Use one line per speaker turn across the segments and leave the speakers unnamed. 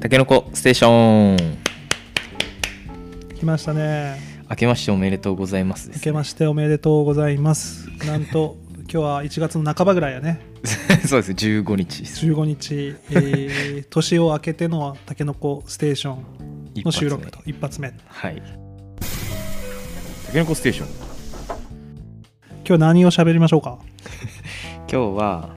たけのこステーション
来ましたね
明けましておめでとうございますです
明けましておめでとうございますなんと今日は1月の半ばぐらいやね
そうです15日です
15日、 えー年を明けてのたけのこステーションの収録と一発目
はい
たけのこステーション
今日何を喋りましょうか
今日は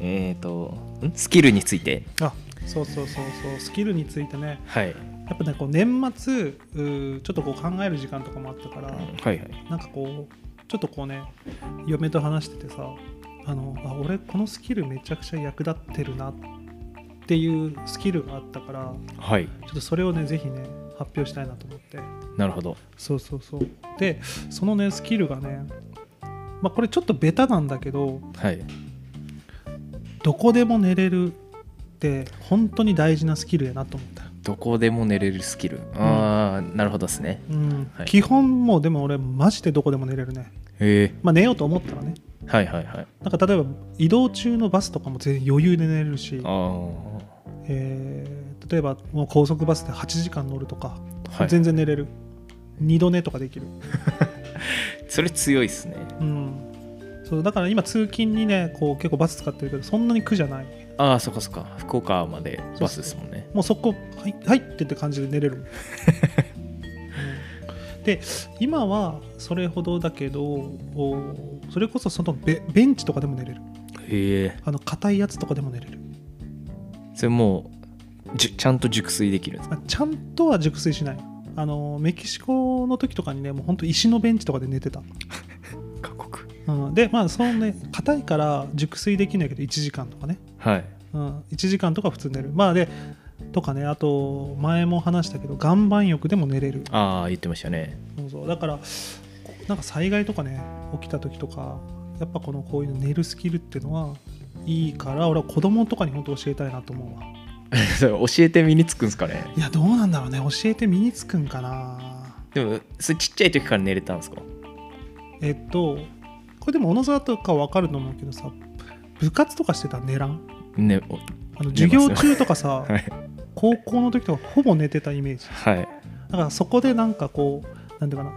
えっ、とんスキルについて
あそうそうそうそうスキルについてね
はい
やっぱねこう年末うーちょっとこう考える時間とかもあったから、
はいはい
なんかこうちょっとこうね嫁と話しててさあのあ俺このスキルめちゃくちゃ役立ってるなっていうスキルがあったから
はい
ちょっとそれをねぜひね発表したいなと思って
なるほど
そうそうそうでそのねスキルがねまあこれちょっとベタなんだけど
はい
どこでも寝れるって本当に大事なスキルやなと思った
どこでも寝れるスキルああ、なるほどですね
うん、
はい
基本もうでも俺マジでどこでも寝れるね
へ
まあ寝ようと思ったらね
えはいはいはい
なんか例えば移動中のバスとかも全然余裕で寝れるし
あ、あ
えー例えばもう高速バスで8時間乗るとか、
はい
全然寝れる二度寝とかできる、
それ強いですね
うん、そうだから今通勤にねこう結構バス使ってるけどそんなに苦じゃない
ああそっかそっか福岡までバスですもんね
もうそこはい入ってって感じで寝れるもん、うんで今はそれほどだけどおそれこそそのベベンチとかでも寝れる
へえ
あの硬いやつとかでも寝れる
それもうじゅちゃんと熟睡できるんですか
まあちゃんとは熟睡しないあのメキシコの時とかにねもうほんと石のベンチとかで寝てた、
過酷
うん、でまあそのね硬いから熟睡できないけど1時間とかね、
はい
うん、1時間とか普通に寝るまあでとかねあと前も話したけど岩盤浴でも寝れる
ああ言ってましたね
そうそうだからこなんか災害とかね起きた時とかやっぱこのこういう寝るスキルっていうのはいいから俺は子供とかに本当教えたいなと思うわ
それ教えて身につくんですかね
いやどうなんだろうね教えて身につくんかな
でもそれちっちゃい時から寝れたんですか
えっとこれでも小野沢とか分かると思うけどさ部活とかしてたら寝らん
ねお
あの
寝
授
ますよ
業中とかさ、
はい
高校の時とかほぼ寝てたイメージ
はい
だからそこでなんかこうなんていうかな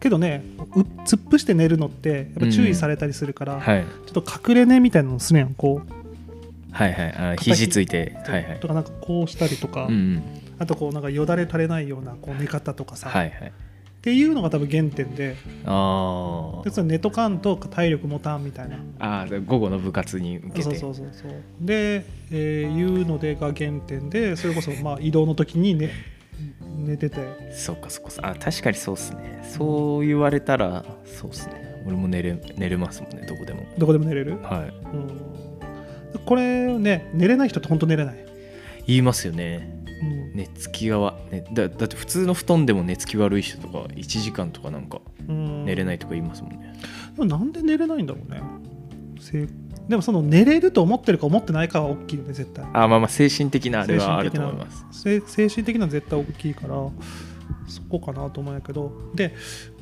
けどねう突っ伏して寝るのってやっぱ注意されたりするから、
はい
ちょっと隠れ寝みたいなのするやんこう、
はいはいあー肘ついてはいはい
とかなんかこうしたりとか、
うんうん
あとこうなんかよだれ垂れないようなこう寝方とかさ、
はいはい
っていうのが多分原点で
あ
でそれ寝とかんと体力持たんみたいな
あああ午後の部活に受けて
そうそうそうそうで、えーいうのでが原点でそれこそまあ移動の時に寝寝てて
そっかそっかそっかあ確かにそうっすねそう言われたらそうっすね俺も寝れ寝れますもんねどこでも
どこでも寝れる、
はい
うん、これね寝れない人って本当寝れない、
言いますよね
うん
寝つきがわ、ね、だだって普通の布団でも寝つき悪い人とか1時間とかなんか
うん
寝れ
い
ないとか言いますもんね、
でもなんで寝れないんだろうねせでもその寝れると思ってるか思ってないかは大きいよね絶対
あまあまあ精神的なあれはあ
精
る
神的
と
な
思います
せ精神的なのは絶対大きいからそこかなと思うんやけどで、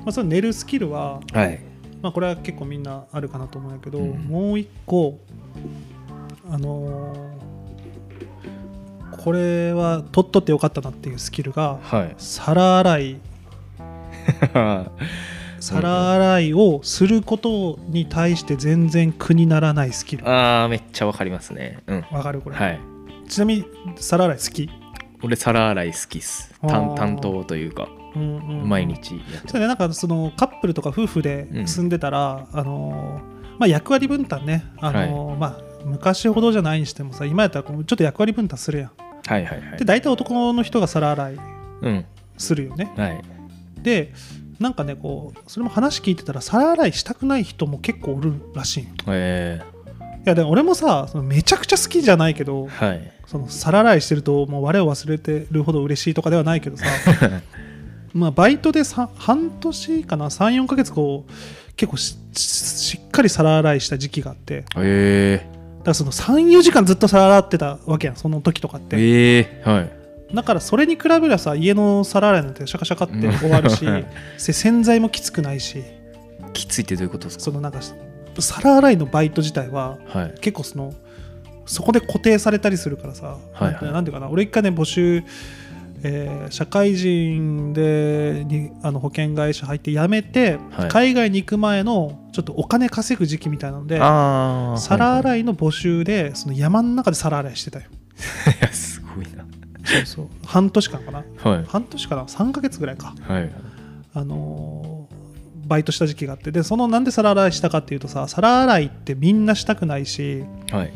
まあ、その寝るスキルは
はい
まあ、これは結構みんなあるかなと思うんやけど、
うん
もう一個あのーこれは取っとってよかったなっていうスキルが
はい
皿洗い皿洗いをすることに対して全然苦にならないスキル
あーめっちゃわかりますねうん
わかるこれ、
はい
ちなみに皿洗い好き、
俺皿洗い好きっす
あー
担担当というか
うんうんうん
毎日やって
そうね、なんかそのカップルとか夫婦で住んでたら、あのまあ、役割分担ね、あのまあ、昔ほどじゃないにしてもさ今やったらこうちょっと役割分担するやん、
はいはいはい
で大体男の人が皿洗い
うん
するよね
はい
でなんかねこうそれも話聞いてたら皿洗いしたくない人も結構おるらしいんよい
え
やでも俺もさそのめちゃくちゃ好きじゃないけど
ー、はい
その皿洗いしてるともう我を忘れてるほど嬉しいとかではない けどさまあバイトでさ半年かな34ヶ月こう結構しししっかり皿洗いした時期があってだ
え
からその34時間ずっと皿洗ってたわけやんその時とかっ
ー、
て
えー、はい
だからそれに比べればさ家の皿洗いなんてシャカシャカって終わるしせ洗剤もきつくないし
きついってどういうことですか
そのなんか皿洗いのバイト自体は
はい
結構そのそこで固定されたりするからさ、
はいはい
なんてなんていうかな俺一回ね募集、えー社会人でにあの保険会社入って辞めて、
はい
海外に行く前のちょっとお金稼ぐ時期みたいなので
ああ
皿
い
洗いの募集でその山の中で皿洗いしてたよ
やすご いな
そうそう半年間かな
はい
半年かな3ヶ月ぐらいか
はい
あのーバイトした時期があってでそのなんで皿洗いしたかっていうとさ皿洗いってみんなしたくないし
はい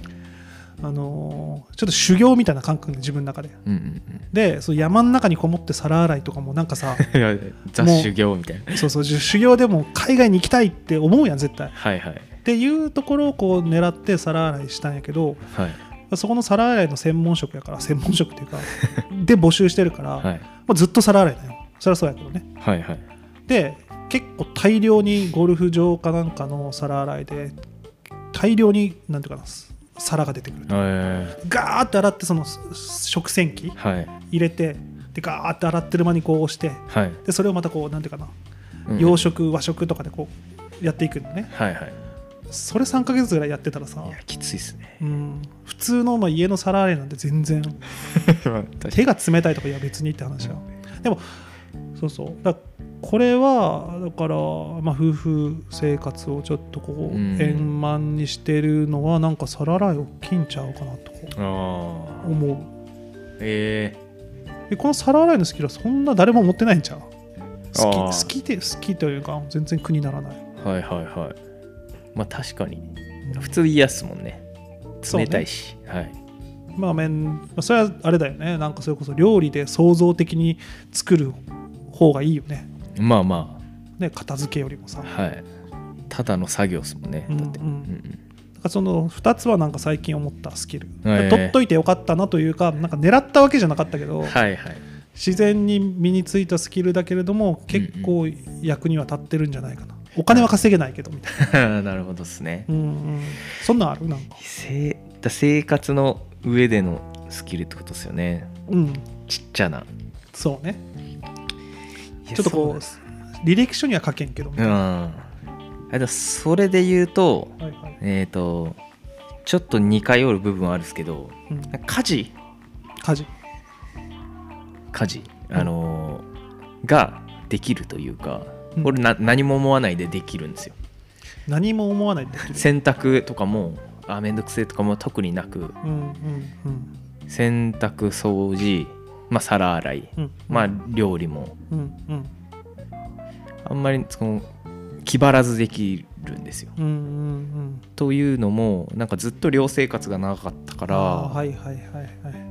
あのーちょっと修行みたいな感覚で自分の中で
うんうん
でその山の中にこもって皿洗いとかもなん かさ
うんいやザ
もう
修行みたいな
そうそうじゅ修行でも海外に行きたいって思うやん絶対っ
はいはい
ていうところをこう狙って皿洗いしたんやけど
はい
そこの皿洗いの専門職やから専門職っていう かで募集してるから、
はい
まあずっと皿洗いだよそりゃそうやけどね
はいはい
で結構大量にゴルフ場かなんかの皿洗いで大量になんていうかな皿が出てくる
え
ガーって洗ってそのす食洗機
ーはい
入れてでガーって洗ってる間にこう押して
はい
でそれをまたこうなんていうかな
うん
洋食和食とかでこうやっていくのね
はいはい
それ3ヶ月ぐらいやってたらさ
いやきついっす ね
うん普通のまあ家の皿洗いなんて全然
確かに
手が冷たいとかいや別にって話だでもそうそうだこれはだから、まあ、夫婦生活をちょっとこう
うん
円満にしてるのはなんか皿洗い大きいんちゃうかなとこ
ああ
う思う
え
えこの皿洗いのスキルはそんな誰も持ってないんちゃう
あ
好
ー
き好きで好きというか全然苦にならない
えはいはいはいまあ確かに普通嫌っすもんね
そうね
冷たいし、はい
まあ麺まあそれはあれだよねなんかそれこそ料理で創造的に作る方がいいよね
まあま
ね片付けよりもさ
あはいただの作業っすもんねだって
うんうん
ん
だからその2つはなんか最近思ったスキル、
はいはい
取っといてよかったなというかなんか狙ったわけじゃなかったけど、
うんはいはい
自然に身についたスキルだけれども結構役には立ってるんじゃないかな、お金は稼げないけどみた い
なるほどっすね
な、うんうん、そんなんあるなんか
せだ生活の上でのスキルってことですよね
うん
ちっちゃな
そうね
いや
ちょっ
そ
と
うな
こ
ん
う
です
履歴書には書けんけどみ
う
たい
ん
な、
あだそれで言うと
はいはい
えっ、とちょっと似通る部分はあるんですけど
うん、
家事
家事
家事、
ん
あのーができるというか、
うん
俺な何も思わないでできるんですよ
何も思わないできる
洗濯とかもあめんどくせえとかも特になく
うんうんうん
洗濯掃除、まあ、皿洗い、
うん
まあ、料理も
うんうん
あんまりその気張らずできるんですよ
うんうん
というのもなんかずっと寮生活が長かったか
あ
ら、
ーはいはいはいはい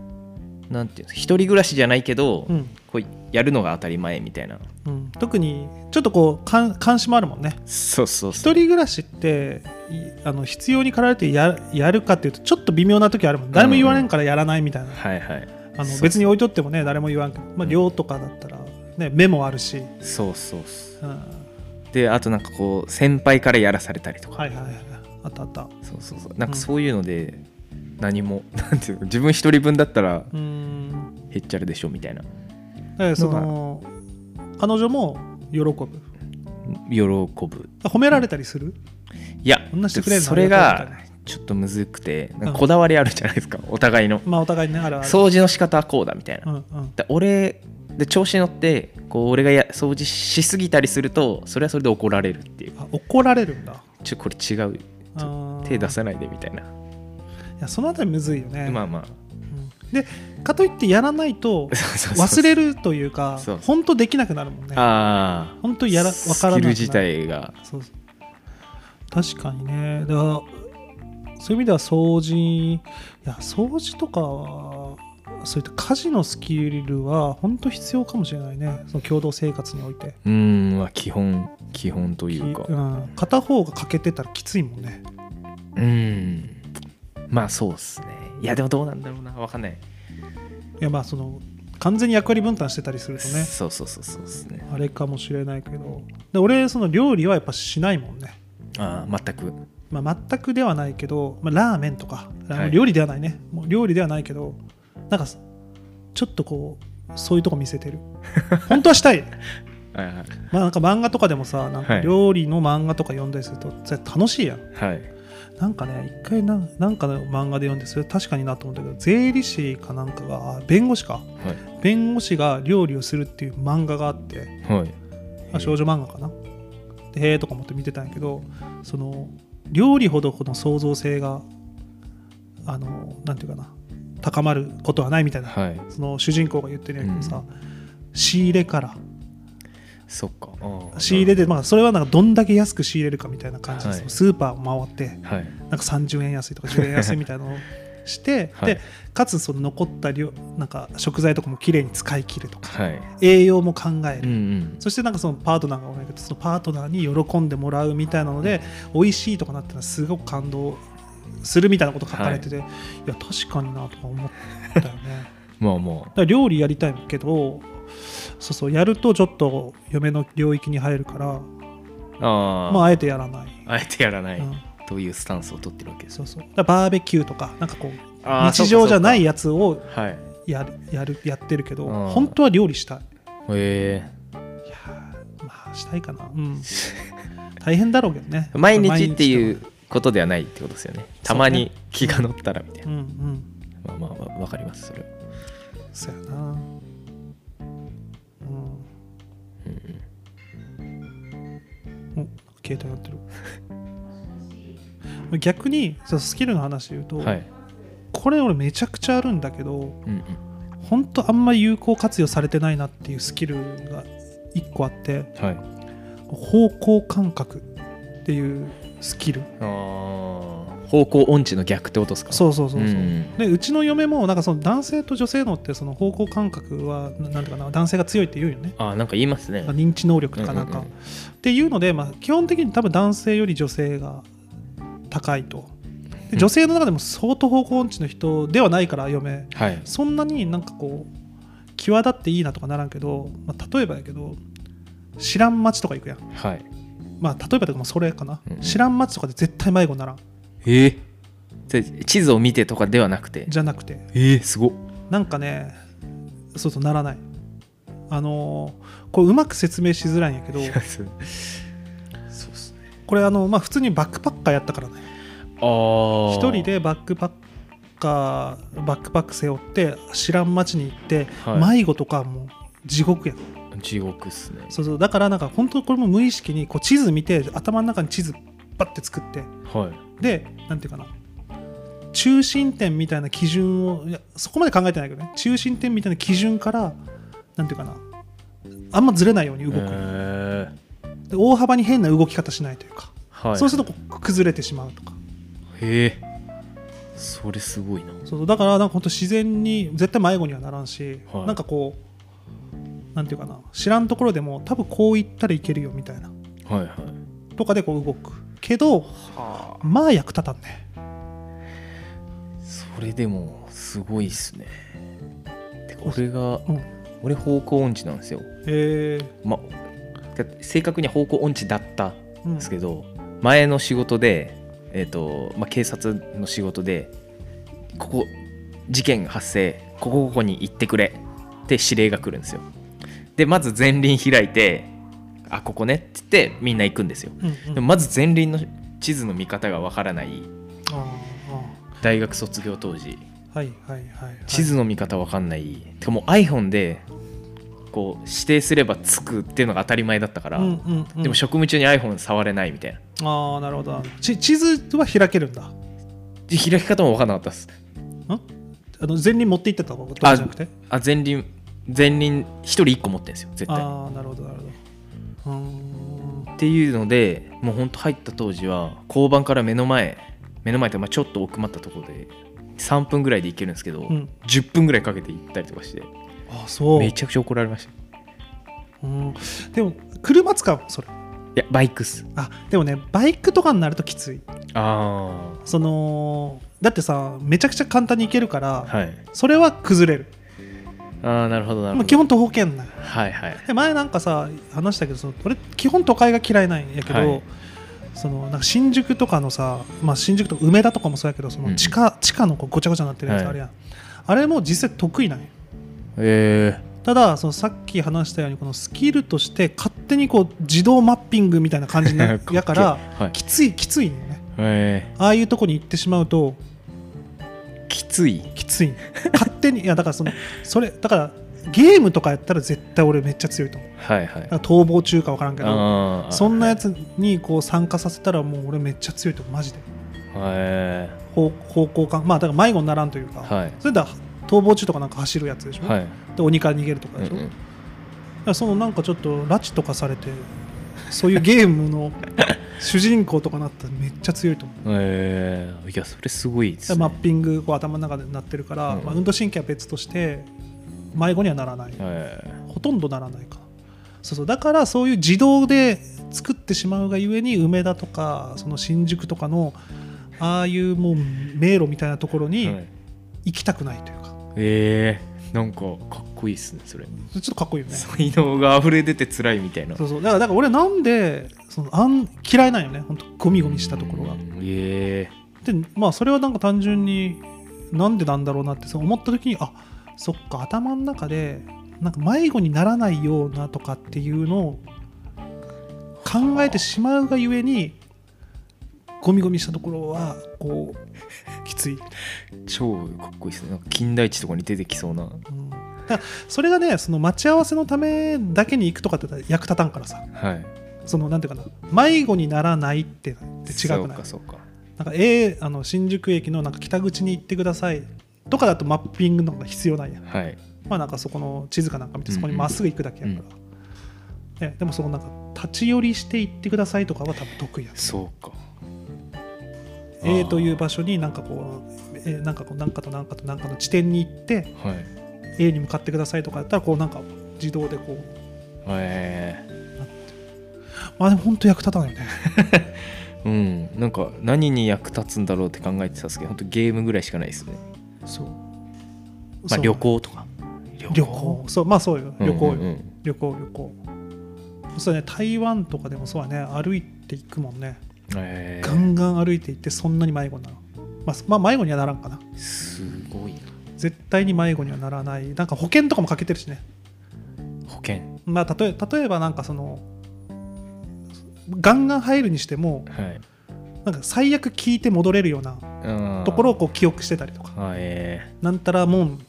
なんていうの一人暮らしじゃないけど、
うん
こうやるのが当たり前みたいな
うん、特にちょっとこう監監視もあるもんね
そうそう
一人暮らしっていあの必要に駆られてややるかっていうとちょっと微妙な時あるもん誰も言われんからやらないみたいな、
はいはい
あ
そう
の別に置いとってもね誰も言わんけど、まあ、
うん
寮とかだったら、ね、目もあるし、
そうそうそう
うん、はい
であとなんかこう先輩からやらされたりとか、
はいはいあったあった
そうそうそうなんかそういうので何も、 なんていうの自分一人分だったら
うん
へっちゃらでしょみたいな
だからその彼女も喜ぶ
喜ぶ
褒められたりする
いや
こんなしてくれるの
それ
ありがとう
が
みたい
ちょっとむずくてなん
うん
かこだわりあるじゃないですか、お互いの
まあお互いながら
掃除の仕方はこうだみたいな、
うんうん
で俺で調子に乗ってこう俺がや掃除しすぎたりするとそれはそれで怒られるっていう
あ怒られるんだ
ちょこれ違う手出さないでみたいな、
あーいやそのあたりむずいよね、
まあ まあ
うんでかといってやらな いと忘
忘
れ
る
るというか
そう
本当できなくなるもんね
ああ
本当やら分からな
スキ
い
ル自体が
そうそう確かにねだからそういう意味では掃除いや掃除とかはそういった家事のスキルは本当必要かもしれないねその共同生活において
うーんまあ基本基本というか
うん、片方が欠けてたらきついもんね
うーんまあそうっすねいやでもどうなんだろうなわかんない、
いやまあその完全に役割分担してたりするとね
そうそうそうそうですね
あれかもしれないけどで俺その料理はやっぱしないもんね
ああ全く
まあ、全くではないけど、まあ、ラーメンとか、あの
はい
料理ではないねもう料理ではないけどなんかすちょっとこうそういうとこ見 せてる本当はしたい、
はいはい
まあ、なんか漫画とかでもさなん
は
か
い
料理の漫画とか読んだりすると絶対楽しいやん
はい
なんかね一回ななんかの漫画で読んでそれ確かになと思ったけど税理士かなんかがあ弁護士か弁護士が料理をするっていう漫画があって
はいはい
あ少女漫画かなでへえとか思って見てたんやけどその料理ほどこの創造性があのなんていうかな高まることはないみたいな、
はい
その主人公が言ってるんやけどさ、仕入れから
そっかあー
仕入れで、まあ、それはなんかどんだけ安く仕入れるかみたいな感じで、
はい
そのスーパーを回って
はい、
なんか30円安いとか10円安いみたいなのをして
はい
でかつその残った量なんか食材とかもきれいに使い切るとか
はい
栄養も考え
う
る、
んうん
そしてなんかそのパートナーがおらんけどそのパートナーに喜んでもらうみたいなので美味しいとかなったらすごく感動するみたいなこと書かれてて、い、や確かになとか思ったよね。
まあま
だから料理やりたいけどそうそうやるとちょっと嫁の領域に入るから
あああ、
まああえてやらない、
あ、えてやらない、
うん
というスタンスを取ってるわけです
そうそうだからバーベキューとかなんかこう
あー
日常じゃない
そう
やつを
かそうかはい
やるやるやってるけど
うん
本当は料理したい
ええ
いやーまあしたいかなうん 大変だろうけどね
毎日って
毎
い
日
うことではないってことですよねたまに気が乗ったらみたい
とかうんうん
な、まあまあまあわかりますそれは
そうやなうんお携帯鳴ってる 逆にそうスキルの話で言うと、
はい
これ俺めちゃくちゃあるんだけど
うんうん
本当あんま有効活用されてないなっていうスキルが1個あって
はい
方向感覚っていうスキル
あー方向音痴の逆ってことですか
そうそうそうそう、
うん
でうちの嫁もなんかその男性と女性のってその方向感覚はななんていうかな男性が強いって言うよね
あーなんか言いますね
認知能力とかなんか、
うんうん
っていうので、まあ、基本的に多分男性より女性が高いとで女性の中でも相当方向音痴の人ではないから嫁
はい
そんなになんかこう際立っていいなとかならんけど、まあ、例えばやけど知らん町とか行くやん、
はい
まあ、例えばとかもそれかな、
うんうん
知らん町とかで絶対迷子にならん
ええ地図を見てとかではなくて
じゃなくて
ええ すごっ
なんかねそうそうならないあのーこれうまく説明しづらいんや けど
そうそうっすね
これあの、まあ、普通にバックパッカーやったからね
ああ
一人でバックパッカーバックパック背負って知らん町に行って、
は
迷子とかもう地獄やん
地獄っすね
そうそうだからなんか本当これも無意識にこう地図見て頭の中に地図バッて作って
はい
でなんていうかな中心点みたいな基準をいやそこまで考えてないけどね中心点みたいな基準からなんていうかなあんまずれないように動く、
え
で大幅に変な動き方しないというか、
ーはい
そうするとこう崩れてしまうとか
へえそれすごいな
そうそうだからなんか本当自然に絶対迷子にはならんし、
はい
なんかこうなんていうかな知らんところでも多分こう行ったらいけるよみたいな
はいはい
とかでこう動くけど
は
まあ役立たんね
それでもすごいっすねてか俺が
うん
俺方向音痴なんですよ
え
まてか正確には方向音痴だった
ーうん
んですけど、前の仕事でえっ、と、まあ、警察の仕事でここ事件発生ここここに行ってくれって指令が来るんですよでまず前輪開いてあここねって言ってみんな行くんですよ
うんうん
でもまず前輪の地図の見方がわからない
あー
大学卒業当時
あーはいはいはい、はい、
地図の見方わかんない、てかもう iPhone でこう指定すればつくっていうのが当たり前だったから、
うんうんうん
でも職務中に iPhone 触れないみたいな
ああなるほどち地図は開けるんだ
で開き方もわかんなかったです
あの前輪持って行ってたことじゃなくて
あ前輪前輪1人1個持ってるんですよ絶対っ
ああーなるほどなるほどうーん
ていうのでもうほんと入った当時は交番から目の前目の前というかまあちょっと奥まったところで3分ぐらいで行けるんですけど、
うん
10分ぐらいかけて行ったりとかして
あーそう
めちゃくちゃ怒られました
うんでも車使うそれ
いやバイクっす
あでもねバイクとかになるときつい
あ
そのだってさめちゃくちゃ簡単に行けるから、
あはい
それは崩れる
ああなるほどなる
も
ほ
う基
ど
本徒歩圏内
はいはい
で前なんかさ話したけどその俺基本都会が嫌いなんやけど、
はい
そのなんか新宿とかのさ、まあ、新宿とか梅田とかもそうやけどそ
うん
の地下,、地下のこうごちゃごちゃになってるやつあるやん、あれも実際得意なんや
え
ただそのさっき話したようにこのスキルとして勝手にこう自動マッピングみたいな感じにな
かっけ
やから、
はい
きついきついねんね
ええ
ああいうとこに行ってしまうと
ーきつい
きつい勝手にいやだからそのそれだからゲームとかやったら絶対俺めっちゃ強いと思う
はいはい
だから逃亡中か分からんけど
あー
そんなやつにこう参加させたらもう俺めっちゃ強いと思うマジで
え
方方向感まあだから迷子にならんというか、
ーはい
それだ逃亡中とかなんか走るやつでしょ、
はい
で鬼から逃げるとかでしょ、
うんうん
だからそのなんかちょっと拉致とかされてそういうゲー ムの主人公とかなったらめっちゃ強いと思う
えーいやそれすごいで
だ
す
か
ね
らマッピングこう頭の中でなってるから、
うん
まあ、運動神経は別として迷子にはならない、
え
ほとんどならないかなそうそうだからそういう自動で作ってしまうがゆえに梅田とかその新宿とかのああいうもう迷路みたいなところ
ー
に
はい
行きたくないというか、
えーなんかかっこいいっすねそれ
それちょっとかっこいいよね
才能が溢れ出て辛いみたいな
そうそうだからだから俺なんでそのあん嫌いなんよね本当ゴミゴミしたところが
うんえ
でまあそれはなんか単純になんでなんだろうなってそう思った時にあそっか頭の中でなんか迷子にならないようなとかっていうのを考えてしまうがゆえにゴミゴミしたところはこうきつい、
ー超かっこいいっすねなんか金田一とかに出てきそうな
うん、だからそれがねその待ち合わせのためだけに行くとかって役立たんからさ
はい
そのなんていうかな迷子にならないってって違
そ
く
う
ない
かそうか
なんか、えーあの新宿駅のなんか北口に行ってくださいとかだとマッピングのが必要なんや、
はい
まあ、なんかそこの地図かなんか見てそこにまっすぐ行くだけやか
う
ら、
ん
ね、でもそのなんか立ち寄りして行ってくださいとかは多分得意や
そうかあー
A という場所になんかこう、えーなんかこうなんかとなんかとなんかの地点に行って
はい
A に向かってくださいとかだったらこうなんか自動でこう
え
まあでも本当役立たないよね
ーうんなんか何に役立つんだろうって考えてたんですけど本当ゲームぐらいしかないですね
そう
まあ
そう
旅行とか旅
旅行そうまあそうよ旅行よ、
うんうん
旅行旅行そうだね台湾とかでもそうだね歩いていくもんね
うんえ
ガ
ー
ンガン歩いていってそんなに迷子になる、まあ、すまあ迷子にはならんかな
すごいな
絶対に迷子にはならないなんか保険とかもかけてるしね
保険
まあ例え例えばなんかそのガンガン入るにしても
はい
なんか最悪聞いて戻れるような
うん
ところをこう記憶してたりとか
はいえ
なんたらもん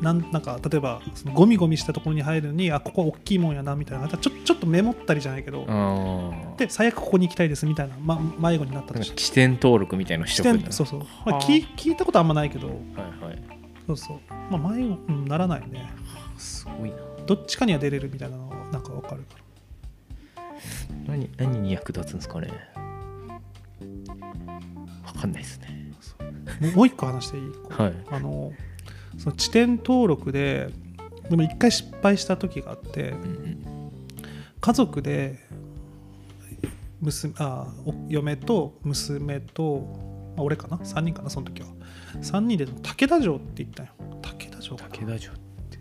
なんなんか例えばそのゴミゴミしたところに入るのにあここは大きいもんやなみたいなちょちょっとメモったりじゃないけど
ーあー
で最悪ここに行きたいですみたいな、ま、迷子になった
な
と
ん
し
か
て
起点登録みたいなのし
視
とくん
点
だ
そうそう、
は
まあ、
あ
聞聞いたことあんまないけど
はいはい
そうそう、まあ、迷子うんならないね
すごいな
どっちかには出れるみたいなのはなんかわかるか
何何に役立つんですかねわかんないですね
らもうもう一個話していい
はい
あのその地点登録ででも一回失敗した時があって
うんうん
家族で娘あお嫁と娘と、まあ、俺かな3人かなその時は3人で武田城って言ったんよ武田城かな
武田城って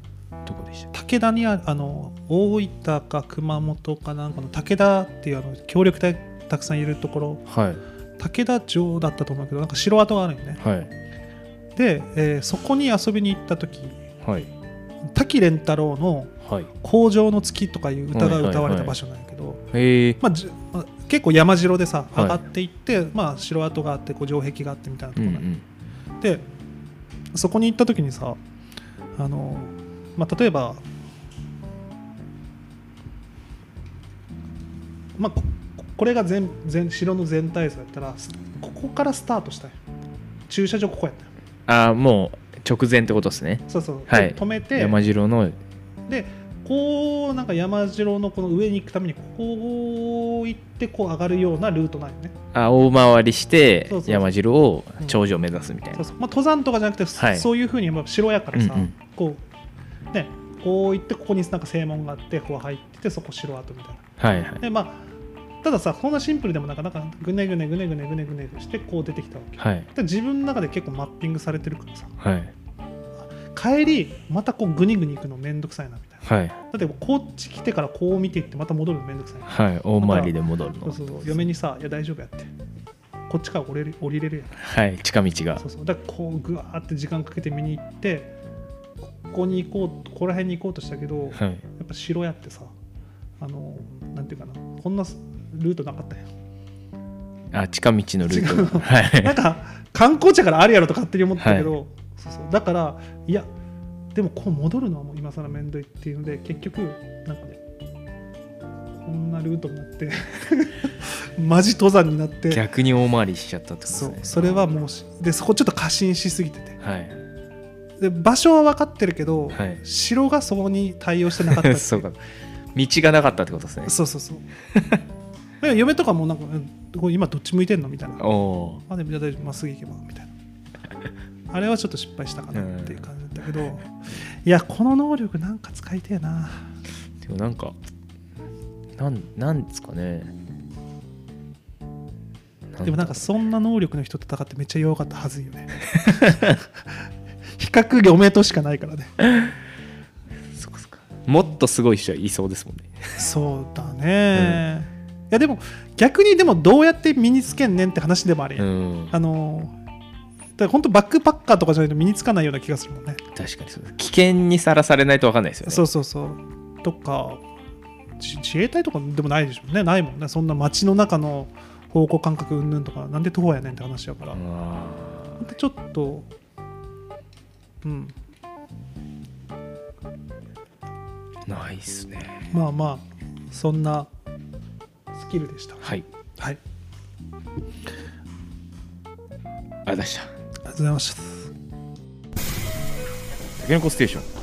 どこでしたっ
武田にあるあの大分か熊本かなんかの武田っていうあの協力隊たくさんいるところ
けはい
武田城だったと思うけどなんか城跡があるよね
はい
で、えーそこに遊びに行った時
はい
滝蓮太郎の
はい
「工場の月」とかいう歌が歌われ
はいはいは
た
い
場所なんやけど、
えー、
まあじまあ結構山城でさ
はい
上がっていって、まあ、城跡があってこう城壁があってみたいなと
う
こ
んう
ろなんよ
ん
でそこに行った時にさあの、まあ、例えば、まあ、ここれが全全城の全体像やったらすここからスタートしたい駐車場ここやったよ
ああもう直前ってことですね
そうそう、
はい
で止めて
山城の
でこうなんか山城のこの上に行くためにこう行ってこう上がるようなルートなんよね
あ大回りして
そうそうそう
山城を頂上目指すみたいな
そうそうまあ、登山とかじゃなくて、そ
はい
そういうふうにまあ城やからさ、
うんうん
こうねこう行ってここになんか正門があってこう入っててそこ城跡みたい
はいはい
なでまあたださそんなシンプルでもなかなかぐねぐねぐねぐねぐねぐねしてこう出てきたわけ
はい
で自分の中で結構マッピングされてるからさ
はい
帰りまたこうぐにぐに行くのめんどくさいなみたいな
はい
だってこっち来てからこう見ていってまた戻るのめんどくさいな
はい大回りで戻る
そう
の
そう嫁にさ「いや大丈夫や」ってこっちから降りれる降りれるやん
はい近道が
そうそうだからこうぐわーって時間かけて見に行ってここに行こうここら辺に行こうとしたけど、
は
や
い
っぱ城やってさあのなんていうかなこんなルートなかったよ
あ近道のルートが はい
なんか観光地だからあるやろと勝手に思ってたけど、そうそうだからいやでもこう戻るのはもう今更めんどいっていうので結局なんかねこんなルートになって マジ登山になって
逆に大回りしちゃったってことです
そ
ね
うそれはもうしでそこちょっと過信しすぎてて
はい
で場所は分かってるけど、
はい
城がそこに対応してなかったっ てい
そうか道がなかったってことですね
そうそうそうでも嫁とかもなんかうんこれ今どっち向いてんのみたいな
おお
まあでも大丈夫まっすぐ行けばみたい なあれはちょっと失敗したかなっていう感じだったけど、いやこの能力なんか使いてえな
ーでもなんかなんなんですかね
でもなんかそんな能力の人と戦ってめっちゃ弱かったはず いよね比較嫁としかないからね
そっかそっかもっとすごい人はいそうですもんね
そうだね、いやでも逆にでもどうやって身につけんねんって話でもあるや、
うんん
あのだから本当バックパッカーとかじゃないと身につかないような気がするもんね
確かにそうです危険にさらされないと分かんないですよね
そうそうそう。とか、じ自衛隊とかでもないでしょうね、ないもんね、そんな街の中の方向感覚うんぬんとか、なんで徒歩やねんって話やから、
あ
ほんとちょっと、うん、
ーないっすね
まあまあ、そんなスキルでした。
はい
はい、
ありがとうございました
ありがとうございました。
タケノコステーション